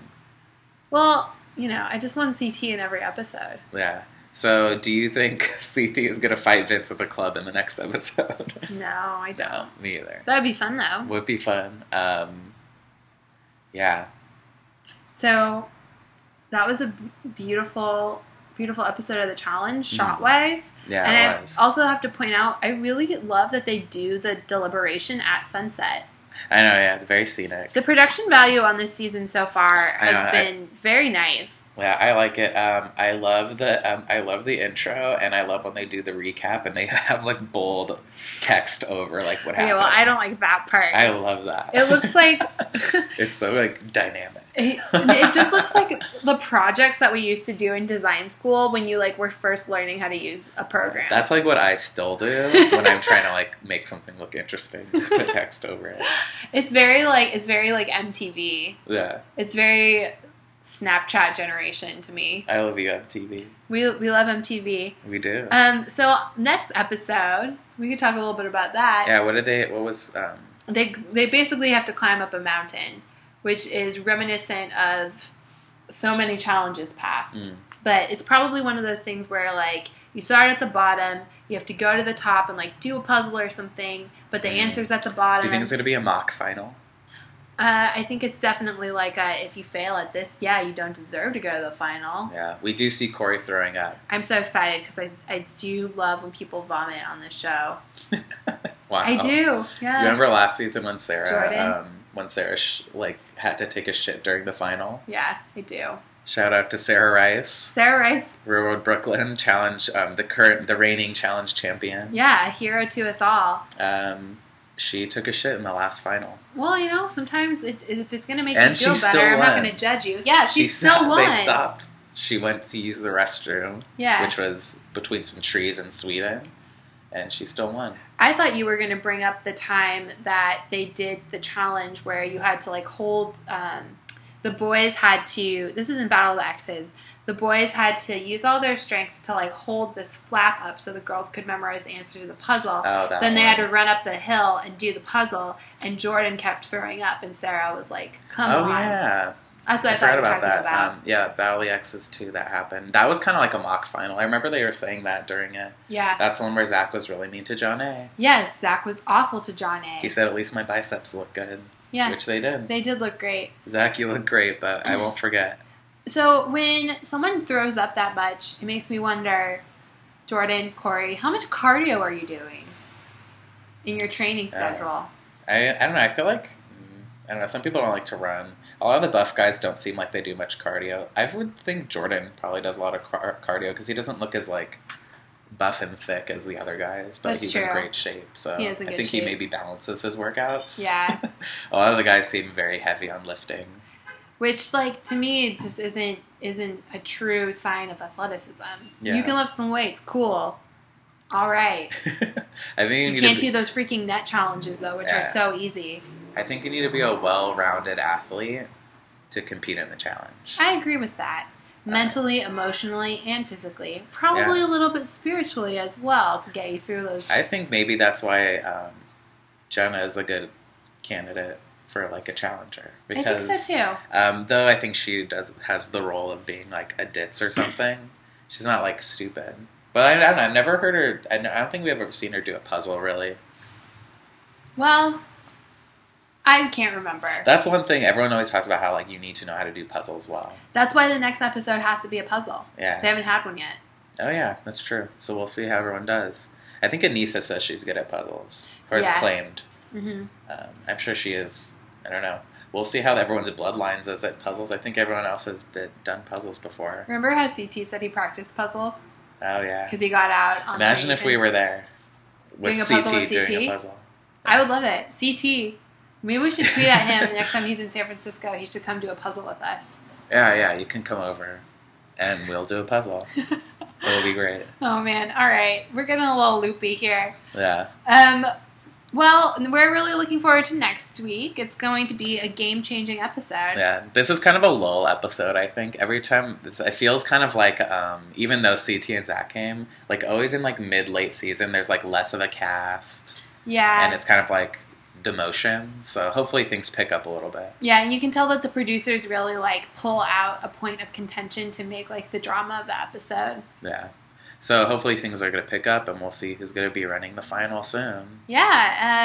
S1: Well, you know, I just want CT in every episode.
S2: Yeah. So, do you think CT is gonna fight Vince at the club in the next episode?
S1: No, I don't.
S2: no, me either.
S1: That'd be fun though.
S2: would be fun. Um, yeah,
S1: So that was a b- beautiful, beautiful episode of the challenge,
S2: Mm-hmm.
S1: shot wise. and
S2: yeah,
S1: I
S2: it was.
S1: also have to point out, I really love that they do the deliberation at sunset.
S2: I know, yeah, it's very scenic.
S1: The production value on this season so far
S2: I
S1: has
S2: know, I-
S1: been very nice.
S2: Yeah, I like it. Um, I love the um, I love the intro, and I love when they do the recap and they have like bold text over like what
S1: Okay,
S2: happened.
S1: well, I don't like that part.
S2: I love that.
S1: it looks like
S2: it's so like dynamic.
S1: it, it just looks like the projects that we used to do in design school when you like were first learning how to use a program.
S2: That's like what I still do when I'm trying to like make something look interesting. Just put text over it.
S1: it's very like it's very like MTV.
S2: Yeah,
S1: It's very Snapchat generation to me.
S2: I love you, MTV.
S1: We we love MTV.
S2: We do.
S1: Um, so next episode we could talk a little bit about that.
S2: yeah. What did they? What was? Um,
S1: They they basically have to climb up a mountain, which is reminiscent of so many challenges past.
S2: mm,
S1: but it's probably one of those things where like you start at the bottom you have to go to the top and like do a puzzle or something but the
S2: Mm.
S1: answer's at the
S2: do
S1: bottom
S2: you think it's gonna be a mock final?
S1: uh, i think it's definitely like a, if you fail at this yeah you don't deserve to go to the final
S2: Yeah, we do see Corey throwing up.
S1: i'm so excited because I, I do love when people vomit on this show
S2: Wow.
S1: i do yeah
S2: Remember last season when
S1: Jordan.
S2: Sarah, um, when Sarah sh- like had to take a shit during the final?
S1: yeah i do
S2: Shout out to Sarah Rice,
S1: sarah rice
S2: Railroad Brooklyn Challenge, um, the current, the reigning challenge champion.
S1: yeah a hero to us all
S2: Um, she took a shit in the last final.
S1: well you know sometimes it, if it's gonna make
S2: And
S1: you feel
S2: she
S1: better
S2: still
S1: i'm not
S2: won.
S1: gonna judge you yeah she, still
S2: stopped-
S1: won
S2: They stopped. She went to use the restroom,
S1: yeah
S2: which was between some trees in Sweden, and she still won.
S1: I thought you were going to bring up the time that they did the challenge where you had to like hold. Um, the boys had to. This is in Battle of the X's. The boys had to use all their strength to like hold this flap up so the girls could memorize the answer to the puzzle.
S2: Oh, that
S1: then they had to
S2: one.
S1: run up the hill and do the puzzle, and Jordan kept throwing up, and Sarah was like, "Come
S2: Oh
S1: on."
S2: yeah,
S1: That's what I, thought
S2: forgot
S1: you were
S2: about
S1: talking
S2: that.
S1: about.
S2: Um, yeah, Valley X's too. That happened. That was kind of like a mock final. I remember they were saying that during it.
S1: yeah.
S2: That's one where Zach was really mean to John A.
S1: Yes, Zach was awful to John A.
S2: He said, "At least my biceps look good,"
S1: yeah,
S2: which they did.
S1: they did look great.
S2: Zach, you look great, but I won't forget.
S1: So when someone throws up that much, it makes me wonder, Jordan, Corey, how much cardio are you doing in your training
S2: Uh,
S1: schedule?
S2: I, I don't know. I feel like mm, I don't know. Some people don't like to run. A lot of the buff guys don't seem like they do much cardio. I would think Jordan probably does a lot of car- cardio because he doesn't look as like buff and thick as the other guys, but
S1: That's
S2: he's in
S1: true.
S2: great shape. So
S1: He is in
S2: I
S1: good
S2: think
S1: shape.
S2: he maybe balances his workouts.
S1: yeah,
S2: A lot of the guys seem very heavy on lifting.
S1: which like to me just isn't isn't a true sign of athleticism.
S2: Yeah.
S1: You can lift some weights, cool. All right. You,
S2: I think you, need to
S1: can't
S2: be-
S1: do those freaking net challenges though, which
S2: Yeah.
S1: are so easy.
S2: I think you need to be a well-rounded athlete to compete in the challenge.
S1: I agree with that. Mentally, emotionally, and physically. Probably a little bit spiritually as well to get you through those.
S2: I think maybe that's why um, Jenna is a good candidate for like a challenger
S1: I
S2: because
S1: think so too.
S2: Um, though I think she does has the role of being like a ditz or something. She's not like stupid, but I, I don't know. I've never heard her. I, don't- I don't think we've ever seen her do a puzzle really.
S1: Well, I can't remember.
S2: That's one thing everyone always talks about how like you need to know how to do puzzles well.
S1: That's why the next episode has to be a puzzle.
S2: Yeah.
S1: They haven't had one yet.
S2: Oh yeah, that's true. So we'll see how everyone does. I think Anissa says she's good at puzzles, or is
S1: Yeah.
S2: claimed.
S1: hmm
S2: Um, I'm sure she is. I don't know. We'll see how everyone's bloodlines is at puzzles. I think everyone else has been, done puzzles before.
S1: Remember how CT said he practiced puzzles
S2: Oh yeah.
S1: because he got out. on
S2: Imagine if we
S1: Norwegians?
S2: were there with
S1: Doing a
S2: CT
S1: puzzle with
S2: doing a
S1: CT?
S2: puzzle.
S1: I would love it. CT, Maybe we should tweet at him the next time he's in San Francisco. He should come do a puzzle with us.
S2: Yeah, yeah, you can come over and we'll do a puzzle. It'll be great.
S1: Oh man! All right, we're getting a little loopy here.
S2: Yeah.
S1: Um, well, we're really looking forward to next week. It's going to be a game-changing episode.
S2: Yeah. This is kind of a lull episode, I think. Every time it's, it feels kind of like um, even though CT and Zach came, like always in like mid late season there's like less of a cast
S1: Yeah.
S2: and it's kind of like demotion. So hopefully things pick up a little bit.
S1: Yeah, and you can tell that the producers really like pull out a point of contention to make like the drama of the episode.
S2: Yeah. So hopefully things are going to pick up and we'll see who's going to be running the final soon.
S1: Yeah,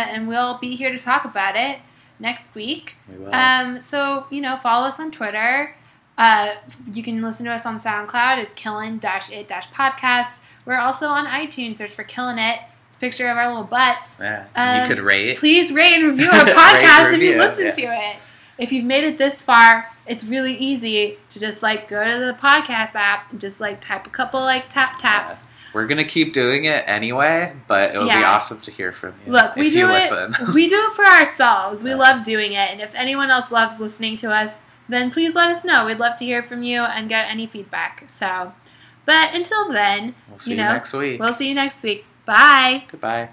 S1: uh, and we'll be here to talk about it next week.
S2: We will.
S1: Um, so you know, follow us on Twitter. Uh, you can listen to us on SoundCloud as Killin' Dash It Dash Podcast. We're also on iTunes. Search for Killin' It. It's a picture of our little butts.
S2: yeah.
S1: um,
S2: you could rate.
S1: Please rate and review our
S2: Rate and
S1: podcast if you
S2: review,
S1: listen to it. If you've made it this far, it's really easy to just like go to the podcast app and just like type a couple like tap taps.
S2: We're gonna keep doing it anyway, but it would be
S1: Yeah.
S2: awesome to hear from you.
S1: Look, we
S2: if
S1: do
S2: you
S1: it.
S2: listen.
S1: we do it for ourselves. We
S2: Yeah.
S1: love doing it, and if anyone else loves listening to us, then please let us know. We'd love to hear from you and get any feedback. So, but until then,
S2: We'll see
S1: you
S2: you,
S1: know,
S2: next week.
S1: we'll see you next week. Bye.
S2: Goodbye.